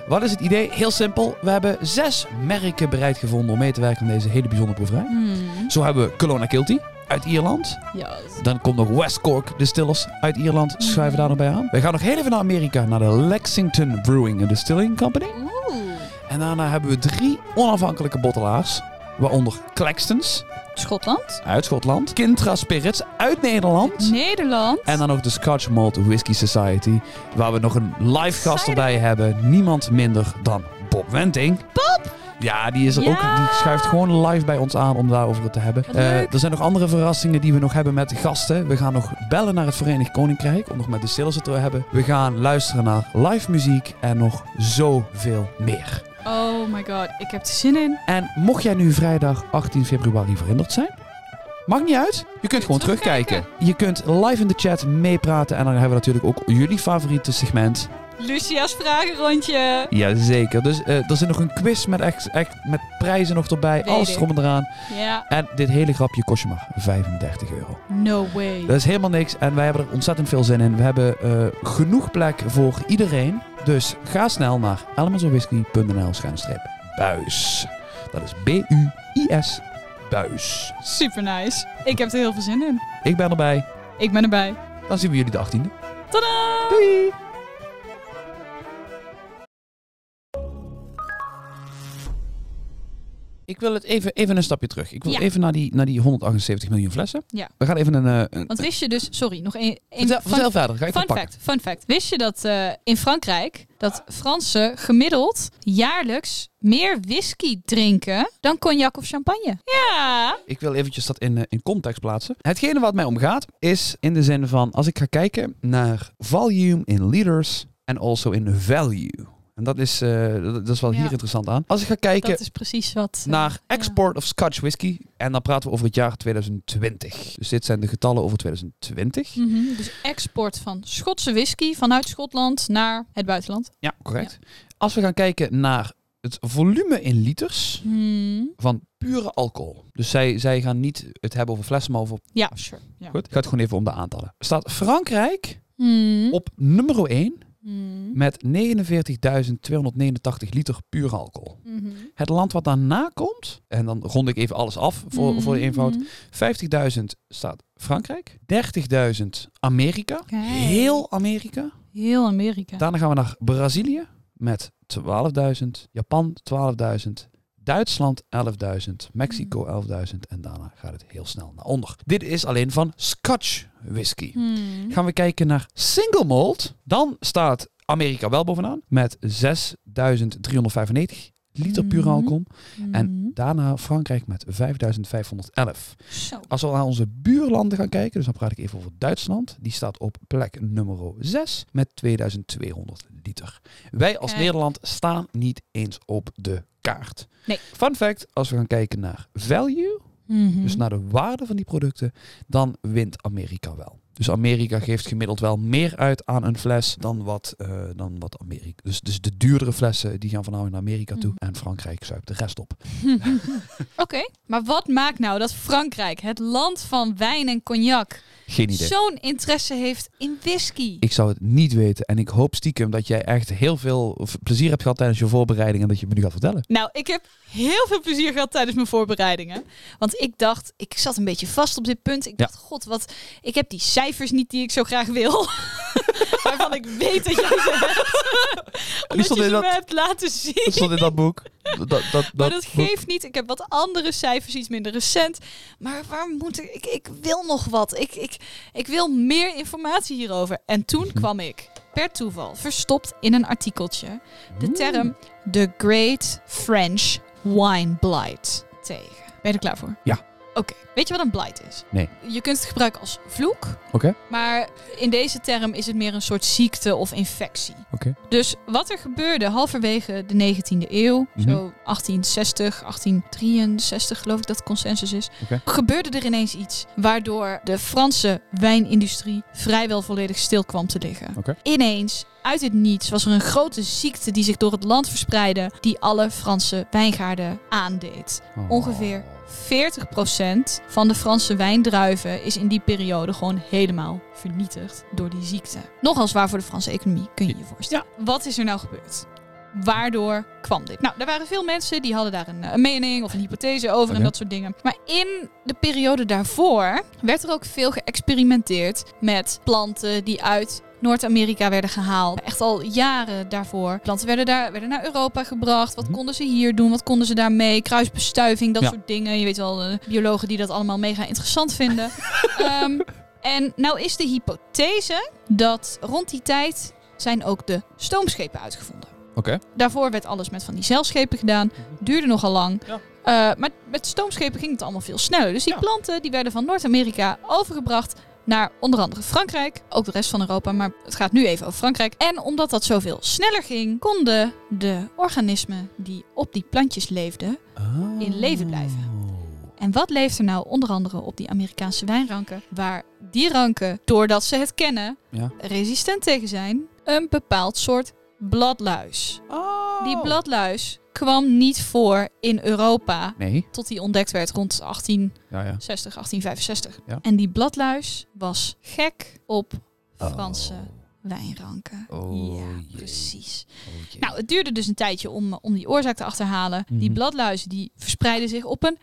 Wat is het idee? Heel simpel. We hebben zes merken bereid gevonden om mee te werken aan deze hele bijzondere proeverij. Hmm. Zo hebben we Kilty uit Ierland. Ja. Dan komt nog West Cork Distillers uit Ierland. Schuiven daar nog bij aan. We gaan nog heel even naar Amerika, naar de Lexington Brewing and Distilling Company. Oeh. En daarna hebben we drie onafhankelijke bottelaars. Waaronder Claxtons Schotland. uit Schotland. Kintra Spirits uit Nederland. Nederland. En dan nog de Scotch Malt Whisky Society. Waar we nog een live gast Exciting. erbij hebben. Niemand minder dan Bob Wenting. Bob! Ja, die, is er Ja. ook, die schuift gewoon live bij ons aan om daarover het te hebben. Wat Eh, leuk. er zijn nog andere verrassingen die we nog hebben met de gasten. We gaan nog bellen naar het Verenigd Koninkrijk om nog met de sales het te hebben. We gaan luisteren naar live muziek en nog zoveel meer. Oh my god, ik heb er zin in. En mocht jij nu vrijdag 18 februari verhinderd zijn, maakt niet uit. Je kunt gewoon terugkijken. Je kunt live in de chat meepraten en dan hebben we natuurlijk ook jullie favoriete segment. Lucia's vragenrondje. Jazeker. Dus eh, er zit nog een quiz met, echt, echt, met prijzen nog erbij. Weet alles ik. erom en eraan. Ja. En dit hele grapje kost je maar 35 euro. No way. Dat is helemaal niks. En wij hebben er ontzettend veel zin in. We hebben eh, genoeg plek voor iedereen. Dus ga snel naar elementsofwhisky.nl schuinstreep buis. Dat is B-U-I-S buis. Super nice. Ik heb er heel veel zin in. Ik ben erbij. Ik ben erbij. Dan zien we jullie de 18e. Tadaa! Doei! Ik wil het even, even een stapje terug. Ik wil Ja. even naar die, naar die 178 miljoen flessen. Ja. We gaan even een... eh, een Want wist je dus, sorry, nog één. één fun- vertel, vertel verder, ga ik Fun even pakken. fact, fun fact. Wist je dat eh, in Frankrijk dat Fransen gemiddeld jaarlijks meer whisky drinken dan cognac of champagne? Ja. Ik wil eventjes dat in, eh, in context plaatsen. Hetgene wat mij omgaat is in de zin van... Als ik ga kijken naar volume in liters en also in value. En dat is, eh, dat, dat is wel Ja. hier interessant aan. Als ik ga kijken Dat is precies wat. eh, naar export of Scotch whisky. En dan praten we over het jaar 2020. Dus dit zijn de getallen over 2020. mhm, dus export van Schotse whisky vanuit Schotland naar het buitenland. Ja, correct. Als we gaan kijken naar het volume in liters Hmm. van pure alcohol. Dus zij, zij gaan niet het hebben over flessen, maar over... Ja, sure. Ja. Goed, het gaat gewoon even om de aantallen. Staat Frankrijk Hmm. op nummer 1 Hmm. met 49.289 liter pure alcohol. Mhm. Het land wat daarna komt, en dan rond ik even alles af voor, voor de eenvoud. Mhm. 50.000 staat Frankrijk. 30.000 Amerika. Kijk. Heel Amerika. Heel Amerika. Daarna gaan we naar Brazilië met 12.000. Japan 12.000. Duitsland 11.000. Mexico 11.000. En daarna gaat het heel snel naar onder. Dit is alleen van Scotch whisky. Hmm. Hm? Gaan we kijken naar single malt. Dan staat Amerika wel bovenaan met 6.395. liter puur alcohol. Mhm. En daarna Frankrijk met 5511. Zo. Als we naar onze buurlanden gaan kijken, dus dan praat ik even over Duitsland. Die staat op plek nummer 6 met 2200 liter. Wij als Kijk. Nederland staan niet eens op de kaart. Nee. Fun fact, als we gaan kijken naar value, Mhm. dus naar de waarde van die producten, dan wint Amerika wel. Dus Amerika geeft gemiddeld wel meer uit aan een fles dan wat, eh, dan wat Amerika. Dus, dus de duurdere flessen die gaan van nou naar Amerika toe. Mhm. En Frankrijk zuipt de rest op. Oké, maar wat maakt nou dat Frankrijk, het land van wijn en cognac, Geen idee. zo'n interesse heeft in whisky? Ik zou het niet weten. En ik hoop stiekem dat jij echt heel veel v- plezier hebt gehad tijdens je voorbereiding. En dat je het me nu gaat vertellen. (laughs) Nou, ik heb heel veel plezier gehad tijdens mijn voorbereidingen. Want ik dacht, ik zat een beetje vast op dit punt. Ik Ja. dacht, god, wat, ik heb die cijfers niet die ik zo graag wil. (laughs) Waarvan ik weet dat jij ze hebt. Die Omdat je stond ze in dat- me hebt laten zien. Dat stond in dat boek. Dat, dat, dat, Maar dat boek. geeft niet. Ik heb wat andere cijfers, iets minder recent. Maar waar moet ik? Ik, ik wil nog wat. Ik, ik, ik wil meer informatie hierover. En toen kwam ik, per toeval, verstopt in een artikeltje, de term The Great French Wine Blight tegen. Ben je er klaar voor? Ja. Oké. Weet je wat een blight is? Nee. Je kunt het gebruiken als vloek. Oké. Maar in deze term is het meer een soort ziekte of infectie. Oké. Dus wat er gebeurde halverwege de 19e eeuw, Mhm. zo 1860, 1863 geloof ik dat het consensus is, Oké. gebeurde er ineens iets waardoor de Franse wijnindustrie vrijwel volledig stil kwam te liggen. Oké. Ineens, uit het niets, was er een grote ziekte die zich door het land verspreidde, die alle Franse wijngaarden aandeed. Oh. Ongeveer 40% van de Franse wijndruiven is in die periode gewoon helemaal vernietigd door die ziekte. Nogal zwaar voor de Franse economie, kun je je voorstellen. Wat is er nou gebeurd? Waardoor kwam dit? Nou, er waren veel mensen die hadden daar een, eh, een mening of een hypothese over en Oké. dat soort dingen. Maar in de periode daarvoor werd er ook veel geëxperimenteerd met planten die uit Noord-Amerika werden gehaald. Echt al jaren daarvoor. Planten werden, daar, werden naar Europa gebracht. Wat Mhm. konden ze hier doen? Wat konden ze daarmee? Kruisbestuiving, dat Ja. soort dingen. Je weet wel, eh, biologen die dat allemaal mega interessant (laughs) vinden. Ehm, en nou is de hypothese dat rond die tijd zijn ook de stoomschepen uitgevonden. Oké. Daarvoor werd alles met van die zeilschepen gedaan. Duurde nogal lang. Ja. Eh, maar met stoomschepen ging het allemaal veel sneller. Dus die Ja. planten die werden van Noord-Amerika overgebracht naar onder andere Frankrijk. Ook de rest van Europa, maar het gaat nu even over Frankrijk. En omdat dat zoveel sneller ging, konden de organismen die op die plantjes leefden. Ah. In leven blijven. En wat leeft er nou onder andere op die Amerikaanse wijnranken? Waar die ranken, doordat ze het kennen, Ja. resistent tegen zijn. Een bepaald soort bladluis. Oh. Die bladluis kwam niet voor in Europa Nee. tot die ontdekt werd rond 1860, Ja, ja. 1865. Ja. En die bladluis was gek op Oh. Franse wijnranken. Oh, ja, jee. precies. Oh, jee. Nou, het duurde dus een tijdje om, eh, om die oorzaak te achterhalen. Die Mhm. bladluizen die verspreidden zich op een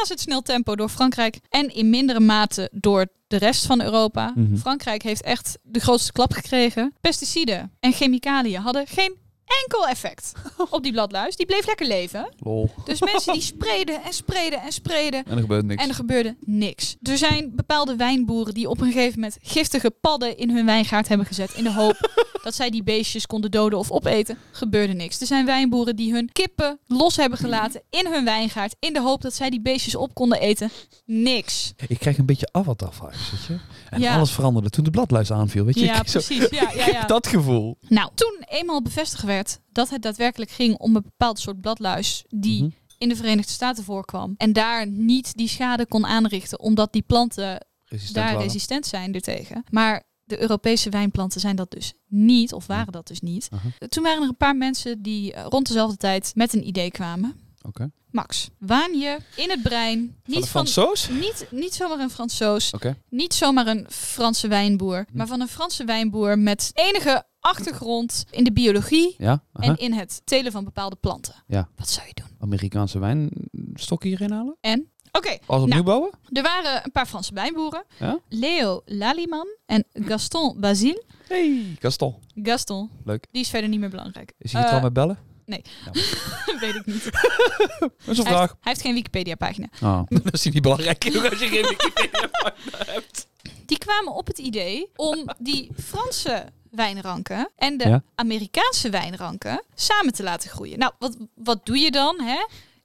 razendsnel tempo door Frankrijk en in mindere mate door de rest van Europa. Mhm. Frankrijk heeft echt de grootste klap gekregen. Pesticiden en chemicaliën hadden geen enkel (laughs) effect op die bladluis. Die bleef lekker leven. Lol. Dus mensen (laughs) die spreden en spreden en spreden. En er gebeurt niks. En er gebeurde niks. Er zijn bepaalde wijnboeren die op een gegeven moment giftige padden in hun wijngaard hebben gezet. In de (laughs) hoop dat zij die beestjes konden doden of opeten. Gebeurde niks. Er zijn wijnboeren die hun kippen los hebben gelaten in hun wijngaard. In de hoop dat zij die beestjes op konden eten. Niks. Ik krijg een beetje avatar-vibes, weet je. En Ja. alles veranderde toen de bladluis aanviel, weet je. Ja, Ik- zo- precies. Ja, ja, ja. (laughs) Dat gevoel. Nou, toen eenmaal bevestigd werd dat het daadwerkelijk ging om een bepaald soort bladluis die Mhm. in de Verenigde Staten voorkwam en daar niet die schade kon aanrichten omdat die planten Resistent daar waren. resistent zijn ertegen. Maar de Europese wijnplanten zijn dat dus niet, of waren dat dus niet. Aha. Toen waren er een paar mensen die eh, rond dezelfde tijd met een idee kwamen. Oké. Max, waan je in het brein niet van... Soos? Niet, niet zomaar een Fransoos, Oké. niet zomaar een Franse wijnboer, Hm. maar van een Franse wijnboer met enige achtergrond in de biologie Ja, aha. en in het telen van bepaalde planten. Ja. Wat zou je doen? Amerikaanse wijnstok hierin halen? En? Oké, Als opnieuw Nou. bouwen? er waren een paar Franse wijnboeren. Ja? Leo Laliman en Gaston Basile. Hey, Gaston. Gaston. Leuk. Die is verder niet meer belangrijk. Is hij getrouwd Eh, met bellen? (laughs) Weet ik niet. Dat is een Hij heeft, vraag. hij heeft geen Wikipedia-pagina. Oh. (laughs) dat is hij niet belangrijk genoeg als je (laughs) geen Die kwamen op het idee om die Franse wijnranken en de Ja. Amerikaanse wijnranken samen te laten groeien. Nou, wat, wat doe je dan? Hè?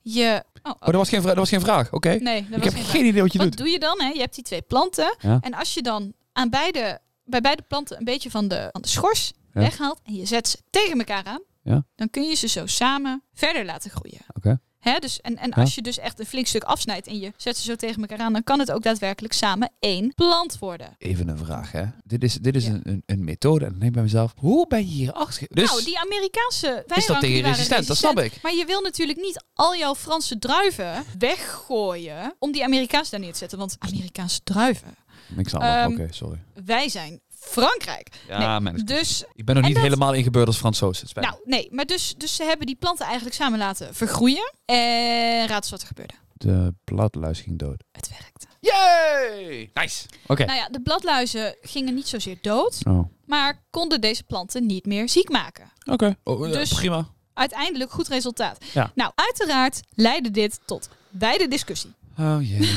Je. Oh, oh, Oh, dat was geen, vra- dat was geen vraag. Oké. nee, dat was Ik heb geen geen, vraag. idee wat je Wat doet. doe je dan? Hè? Je hebt die twee planten. Ja. En als je dan aan beide, bij beide planten een beetje van de, van de schors Ja. weghaalt en je zet ze tegen elkaar aan, Ja. dan kun je ze zo samen verder laten groeien. Oké. Hè, dus, en en Ja. als je dus echt een flink stuk afsnijdt en je zet ze zo tegen elkaar aan, dan kan het ook daadwerkelijk samen één plant worden. Even een vraag, hè. Dit is, dit is Ja. een, een, een methode. En dan denk ik bij mezelf, hoe ben je hier achter? Dus nou, die Amerikaanse wijnranken... is dat die tegen waren resistent? Dat snap ik. Maar je wil natuurlijk niet al jouw Franse druiven weggooien om die Amerikaanse daar neer te zetten. Want Amerikaanse druiven, Ik snap Ehm, het. Oké, sorry. wij zijn Frankrijk. Ja, mens. Dus Ik ben nog en niet dat- helemaal ingebeurd als Fransoos. Het spijt me. Nou, nee, maar dus, dus ze hebben die planten eigenlijk samen laten vergroeien. En raad eens wat er gebeurde. De bladluis ging dood. Het werkte. Yay! Nice! Oké. Nou ja, de bladluizen gingen niet zozeer dood, Oh. Oké. maar konden deze planten niet meer ziek maken. Oh, ja, Dus- (laughs) prima. Uiteindelijk goed resultaat. Ja. Nou, uiteraard leidde dit tot wijde discussie. Oh jee.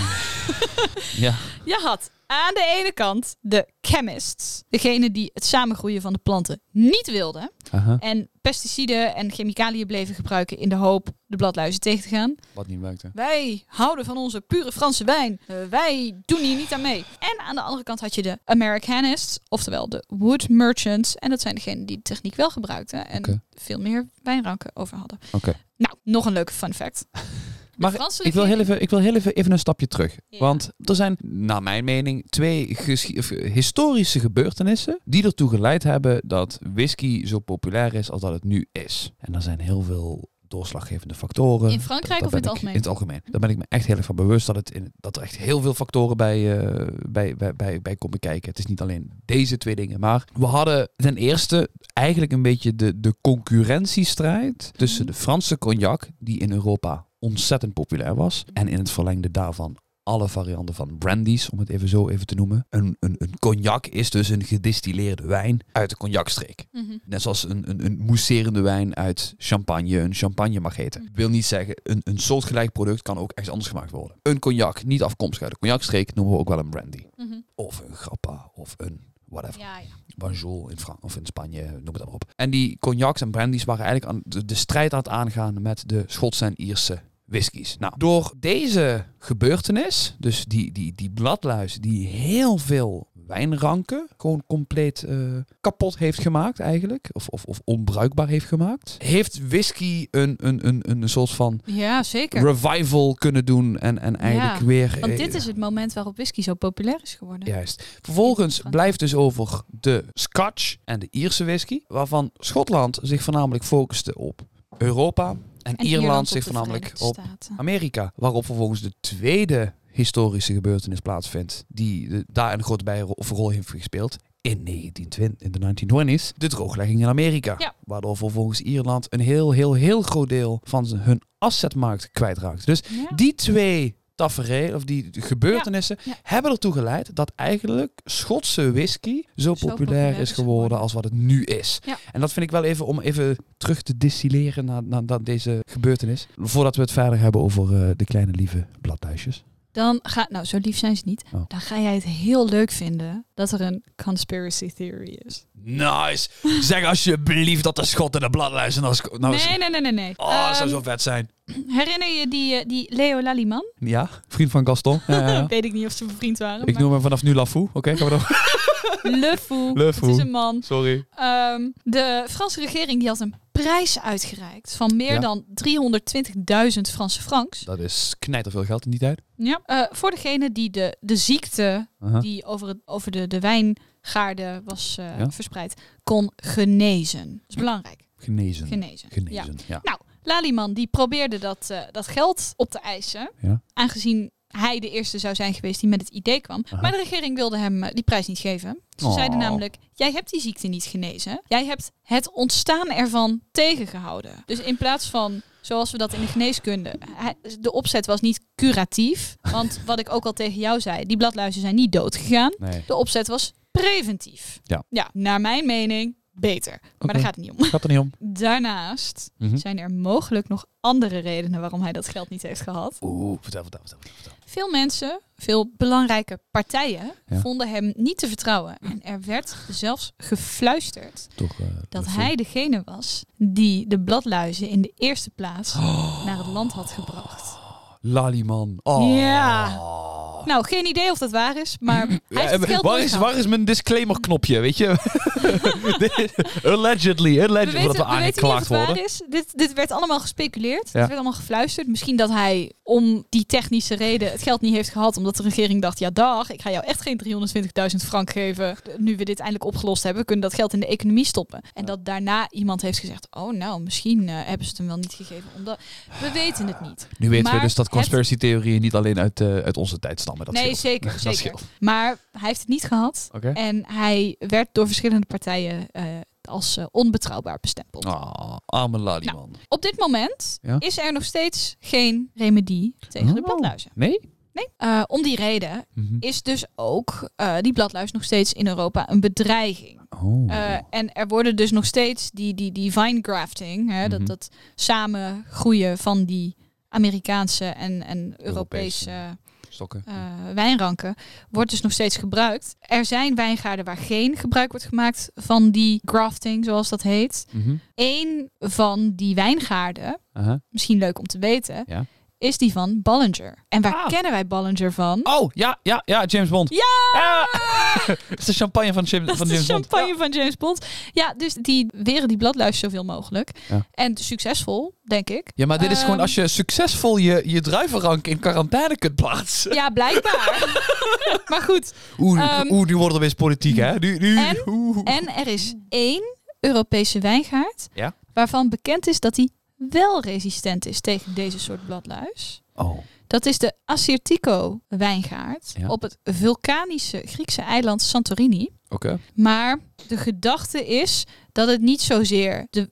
ja. Je had aan de ene kant de chemists, degene die het samengroeien van de planten niet wilden Aha. en pesticiden en chemicaliën bleven gebruiken in de hoop de bladluizen tegen te gaan. Wat niet werkte. Wij houden van onze pure Franse wijn. Eh, wij doen hier niet aan mee. En aan de andere kant had je de Americanists, oftewel de wood merchants. En dat zijn degenen die de techniek wel gebruikten en Oké. veel meer wijnranken over hadden. Oké. Nou, nog een leuke fun (laughs) fact. De Maar Franse Ik wil heel regering- even, ik wil heel even, even een stapje terug. Ja. Want er zijn, naar mijn mening, twee geschi- of, eh, historische gebeurtenissen die ertoe geleid hebben dat whisky zo populair is als dat het nu is. En er zijn heel veel doorslaggevende factoren. In Frankrijk Daar of in het ben ik- algemeen? In het algemeen. Daar ben ik me echt heel erg van bewust dat, het in, dat er echt heel veel factoren bij, eh, bij, bij, bij, bij komen kijken. Het is niet alleen deze twee dingen. Maar we hadden ten eerste eigenlijk een beetje de, de concurrentiestrijd tussen de Franse cognac, die in Europa ontzettend populair was, en in het verlengde daarvan alle varianten van brandies, om het even zo even te noemen. Een, een, een cognac is dus een gedistilleerde wijn uit de cognacstreek. Mhm. Net zoals een, een, een mousserende wijn uit champagne een champagne mag heten. Wil niet zeggen, een, een soortgelijk product kan ook echt anders gemaakt worden. Een cognac, niet afkomstig uit de cognacstreek, noemen we ook wel een brandy. Mhm. Of een grappa, of een whatever. Ja, ja. Banjol in, Fran of in Spanje, noem het allemaal op. En die cognacs en brandies waren eigenlijk aan de, de strijd aan het aangaan met de Schotse en Ierse whiskies. Nou, door deze gebeurtenis, dus die, die, die bladluis die heel veel wijnranken gewoon compleet eh, kapot heeft gemaakt eigenlijk, of, of, of onbruikbaar heeft gemaakt, heeft whisky een, een, een, een soort van ja, zeker. revival kunnen doen en, en eigenlijk Ja, weer... Want eh, dit is het moment waarop whisky zo populair is geworden. Juist. Vervolgens Frankrijk. blijft dus over de Scotch en de Ierse whisky, waarvan Schotland zich voornamelijk focuste op Europa en, En Ierland, op zich de voornamelijk Verenigde op Staten. Amerika. Waarop vervolgens de tweede historische gebeurtenis plaatsvindt, die eh, daar een grote bijrol heeft gespeeld. In, 1920, in de 1920s, de drooglegging in Amerika. Ja. Waardoor vervolgens Ierland een heel, heel, heel groot deel van zijn- hun afzetmarkt kwijtraakt. Dus Ja. die twee tafereel, of die gebeurtenissen, Ja, ja. hebben ertoe geleid dat eigenlijk Schotse whisky zo, Zo populair is geworden als wat het nu is. Ja. En dat vind ik wel even om even terug te distilleren naar, naar, naar deze gebeurtenis. Voordat we het verder hebben over eh, de kleine lieve bladluisjes. Dan ga, nou zo lief zijn ze niet. Oh. Dan ga jij het heel leuk vinden dat er een conspiracy theory is. Nice! Zeg alsjeblieft dat de Schotten de bladluizen als... Nou, nee, nee, nee, nee, nee. Oh, dat zou Ehm, zo vet zijn. Herinner je die, eh, die Leo Laliman? Ja, vriend van Gaston. Ja, (laughs) ja, ja. Weet ik niet of ze bevriend waren. Ik maar noem hem vanaf nu Lafou. Oké, gaan we door. Le Fou. Le Het is Fou. een man. Sorry. Ehm, de Franse regering die had een prijs uitgereikt van meer Ja. dan 320.000 Franse francs. Dat is knijterveel geld in die tijd. Ja. Eh, voor degene die de, de ziekte Aha. die over, het, over de, de wijngaarden was eh, Ja. verspreid, kon genezen. Dat is belangrijk. Genezen. Genezen. Ja. Genezen, ja. Nou, Laliman die probeerde dat, eh, dat geld op te eisen. Ja. Aangezien hij de eerste zou zijn geweest die met het idee kwam. Aha. Maar de regering wilde hem eh, die prijs niet geven. Ze Oh. zeiden namelijk, jij hebt die ziekte niet genezen. Jij hebt het ontstaan ervan tegengehouden. Dus in plaats van, zoals we dat in de geneeskunde... hij- de opzet was niet curatief. Want wat ik ook al tegen jou zei, die bladluizen zijn niet doodgegaan. Nee. De opzet was preventief. Ja. ja naar mijn mening beter. Maar Oké. daar gaat het niet om. (laughs) Gaat er niet om. Daarnaast Mhm. zijn er mogelijk nog andere redenen waarom hij dat geld niet heeft gehad. Oeh, vertel, vertel, vertel. vertel, vertel. Veel mensen, veel belangrijke partijen, Ja. vonden hem niet te vertrouwen. En er werd zelfs gefluisterd Toch, eh, dat zo. hij degene was die de bladluizen in de eerste plaats naar het land had gebracht. Laliman. Oh. Ja. Nou, geen idee of dat waar is, maar hij heeft het geld waar, nooit is, gehad. waar is mijn disclaimer knopje, weet je? (laughs) Dit- allegedly, we weten, allegedly, dat dus we weten we niet of aangeklaagd het waar worden. is. Dit, dit werd allemaal gespeculeerd. Dit Ja. werd allemaal gefluisterd. Misschien dat hij om die technische reden het geld niet heeft gehad. Omdat de regering dacht, ja dag, ik ga jou echt geen 320.000 frank geven. Nu we dit eindelijk opgelost hebben, we kunnen dat geld in de economie stoppen. En dat daarna iemand heeft gezegd, oh nou, misschien eh, hebben ze het hem wel niet gegeven. Omdat... We weten het niet. Nu weten we Maar dus dat het- conspiratietheorieën niet alleen uit, eh, uit onze tijd stammen. Dat nee, scheelt. zeker, (laughs) Dat zeker. scheelt. Maar hij heeft het niet gehad. Oké. En hij werd door verschillende partijen eh, als eh, onbetrouwbaar bestempeld. Ah, arme Nou. Laliman. Op dit moment Ja. is er nog steeds geen remedie tegen de Oh. bladluizen. Nee? Nee. Eh, om die reden Mhm. is dus ook eh, die bladluis nog steeds in Europa een bedreiging. Oh. Eh, en er worden dus nog steeds die, die, die vine grafting, hè, Mhm. dat, dat samen groeien van die Amerikaanse en, en Europese Stokken. eh, wijnranken, wordt dus nog steeds gebruikt. Er zijn wijngaarden waar geen gebruik wordt gemaakt van die grafting, zoals dat heet. Mhm. Eén van die wijngaarden Aha. misschien leuk om te weten, Ja. is die van Ballinger. En waar Ah. kennen wij Ballinger van? (laughs) Oh, ja, ja, ja, James Bond. Ja! Ah! (laughs) dat is de champagne van, Jim, van de James Bond. champagne van James Bond. Ja, dus die weren die bladluis zoveel mogelijk. Ja. En succesvol, denk ik. Ja, maar dit is gewoon Ehm. als je succesvol je, je druivenrank in quarantaine kunt plaatsen. Ja, (laughs) blijkbaar. maar goed. Oeh, Ehm. oeh, nu worden we eens politiek, hè? Nu, nu, En? oeh. En er is één Europese wijngaard Ja. waarvan bekend is dat die wel resistent is tegen deze soort bladluis. Oh, Dat is de Assyrtiko wijngaard Ja. op het vulkanische Griekse eiland Santorini. oké. Maar de gedachte is dat het niet zozeer de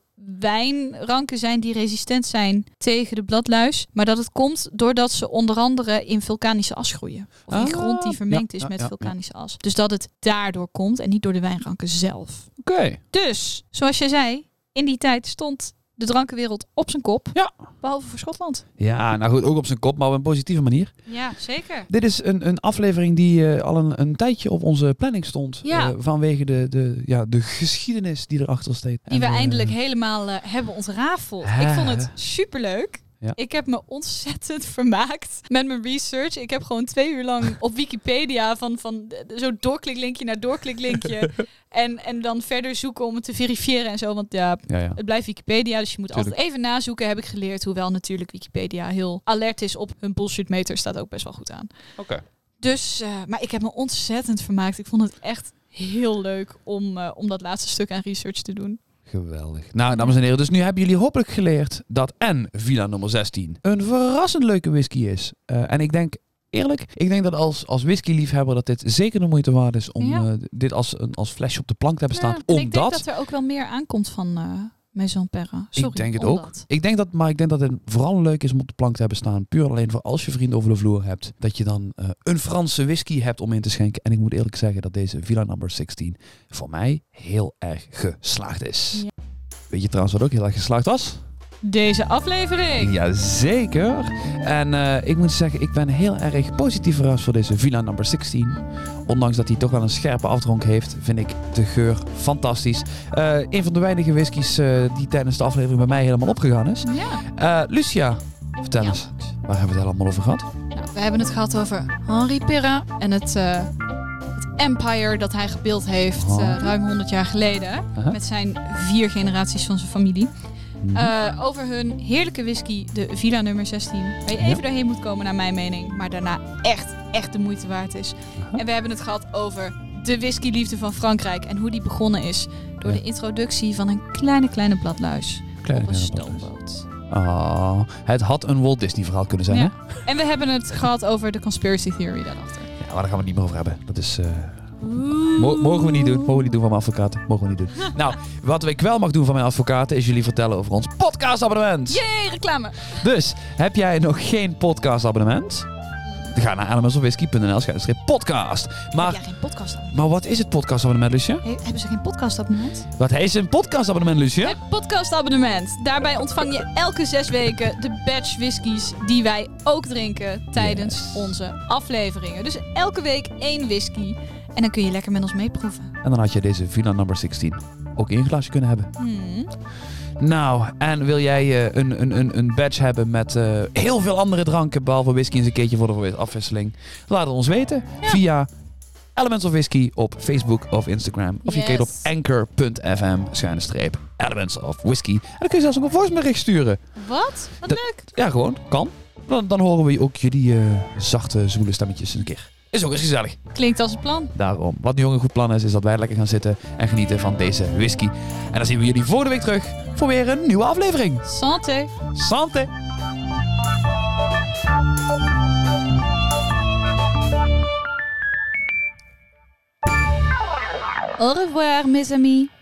wijnranken zijn die resistent zijn tegen de bladluis, maar dat het komt doordat ze onder andere in vulkanische as groeien. Of in Ah, grond die vermengd ja, is ja, met ja, ja. vulkanische as. Dus dat het daardoor komt en niet door de wijnranken zelf. Oké. Dus, zoals jij zei, in die tijd stond de drankenwereld op zijn kop. Ja. Behalve voor Schotland. Ja, nou goed, ook op zijn kop, maar op een positieve manier. Ja, zeker. Dit is een, een aflevering die eh, al een, een tijdje op onze planning stond. Ja. eh, vanwege de, de, ja, de geschiedenis die erachter steekt. Die En, we eh, eindelijk helemaal eh, hebben ontrafeld. Ja. Ik vond het superleuk. Ja. Ik heb me ontzettend (laughs) vermaakt met mijn research. Ik heb gewoon twee uur lang op Wikipedia van, van eh, zo'n doorkliklinkje naar (laughs) doorkliklinkje. en, en dan verder zoeken om het te verifiëren en zo. Want ja, Ja, ja. het blijft Wikipedia, dus je moet Tuurlijk. altijd even nazoeken, heb ik geleerd. Hoewel natuurlijk Wikipedia heel alert is op hun bullshitmeter, staat ook best wel goed aan. Oké. Dus, eh, maar ik heb me ontzettend vermaakt. Ik vond het echt heel leuk om, eh, om dat laatste stuk aan research te doen. Geweldig. Nou, dames en heren, dus nu hebben jullie hopelijk geleerd dat en Villa nummer 16 een verrassend leuke whisky is. Eh, en ik denk, eerlijk, ik denk dat als, als whiskyliefhebber dat dit zeker de moeite waard is om Ja. eh, dit als, een- als flesje op de plank te hebben staan. Ja, en Ik denk omdat, dat er ook wel meer aankomt van eh Maison Perra. Sorry, ik denk het omdat. ook. Ik denk dat, maar ik denk dat het vooral leuk is om op de plank te hebben staan. Puur alleen voor als je vrienden over de vloer hebt. Dat je dan eh, een Franse whisky hebt om in te schenken. En ik moet eerlijk zeggen dat deze Villa Number 16 voor mij heel erg geslaagd is. Ja. Weet je trouwens wat ook heel erg geslaagd was? Deze aflevering. Jazeker. En eh, ik moet zeggen, ik ben heel erg positief verrast voor deze Villa Number 16. Ondanks dat hij toch wel een scherpe afdronk heeft, vind ik de geur fantastisch. Eh, een van de weinige whiskies eh, die tijdens de aflevering bij mij helemaal opgegaan is. Ja. Eh, Lucia, vertel Ja. eens, waar hebben we het allemaal over gehad? Nou, we hebben het gehad over Henri Perra en het, eh, het empire dat hij gebeeld heeft eh, Oh. ruim 100 jaar geleden. Aha. Met zijn vier generaties van zijn familie. Mhm. Eh, over hun heerlijke whisky, de Villa nummer 16. Waar je Ja. even doorheen moet komen naar mijn mening. Maar daarna echt, echt de moeite waard is. Aha. En we hebben het gehad over de whiskyliefde van Frankrijk. En hoe die begonnen is door Ja. de introductie van een kleine, kleine bladluis Kleine, op een kleine bladluis. stoomboot. Ah, het had een Walt Disney verhaal kunnen zijn, Ja. hè? En we hebben het gehad over de conspiracy theory daarachter. Ja, maar daar gaan we het niet meer over hebben. Dat is... eh, Mo- mogen we niet doen. Mogen we niet doen van mijn advocaten. Mogen we niet doen. nou, wat ik wel mag doen van mijn advocaten is jullie vertellen over ons podcastabonnement. Jee, reclame! Dus, heb jij nog geen podcastabonnement? Ga naar animalsofwhiskey.nl schuinstrip podcast. Heb Maar, jij geen podcastabonnement? maar wat is het podcastabonnement, Lucia? He- hebben ze geen podcastabonnement? Wat is een podcastabonnement, Lucia? Het podcastabonnement. Daarbij ontvang je elke zes weken de batch whiskies die wij ook drinken tijdens Yes. onze afleveringen. Dus elke week één whisky. En dan kun je lekker met ons meeproeven. En dan had je deze Villa number 16 ook in een glaasje kunnen hebben. Hmm. Nou, en wil jij eh, een, een, een, een badge hebben met eh, heel veel andere dranken, behalve whisky eens een keertje voor de afwisseling? Laat het ons weten Ja. via Elements of Whisky op Facebook of Instagram. Of je kijkt op Yes. anchor.fm schuine streep Elements of Whisky. En dan kun je zelfs ook een voicebericht sturen. Wat? Wat Dat- leuk. Ja, gewoon. Kan. Dan, dan horen we ook jullie eh, zachte, zoele stemmetjes een keer. Is ook eens gezellig. Klinkt als een plan. Daarom. Wat nu ook een goed plan is, is dat wij lekker gaan zitten en genieten van deze whisky. En dan zien we jullie volgende week terug voor weer een nieuwe aflevering. Santé. Sante! Au revoir, mes amis.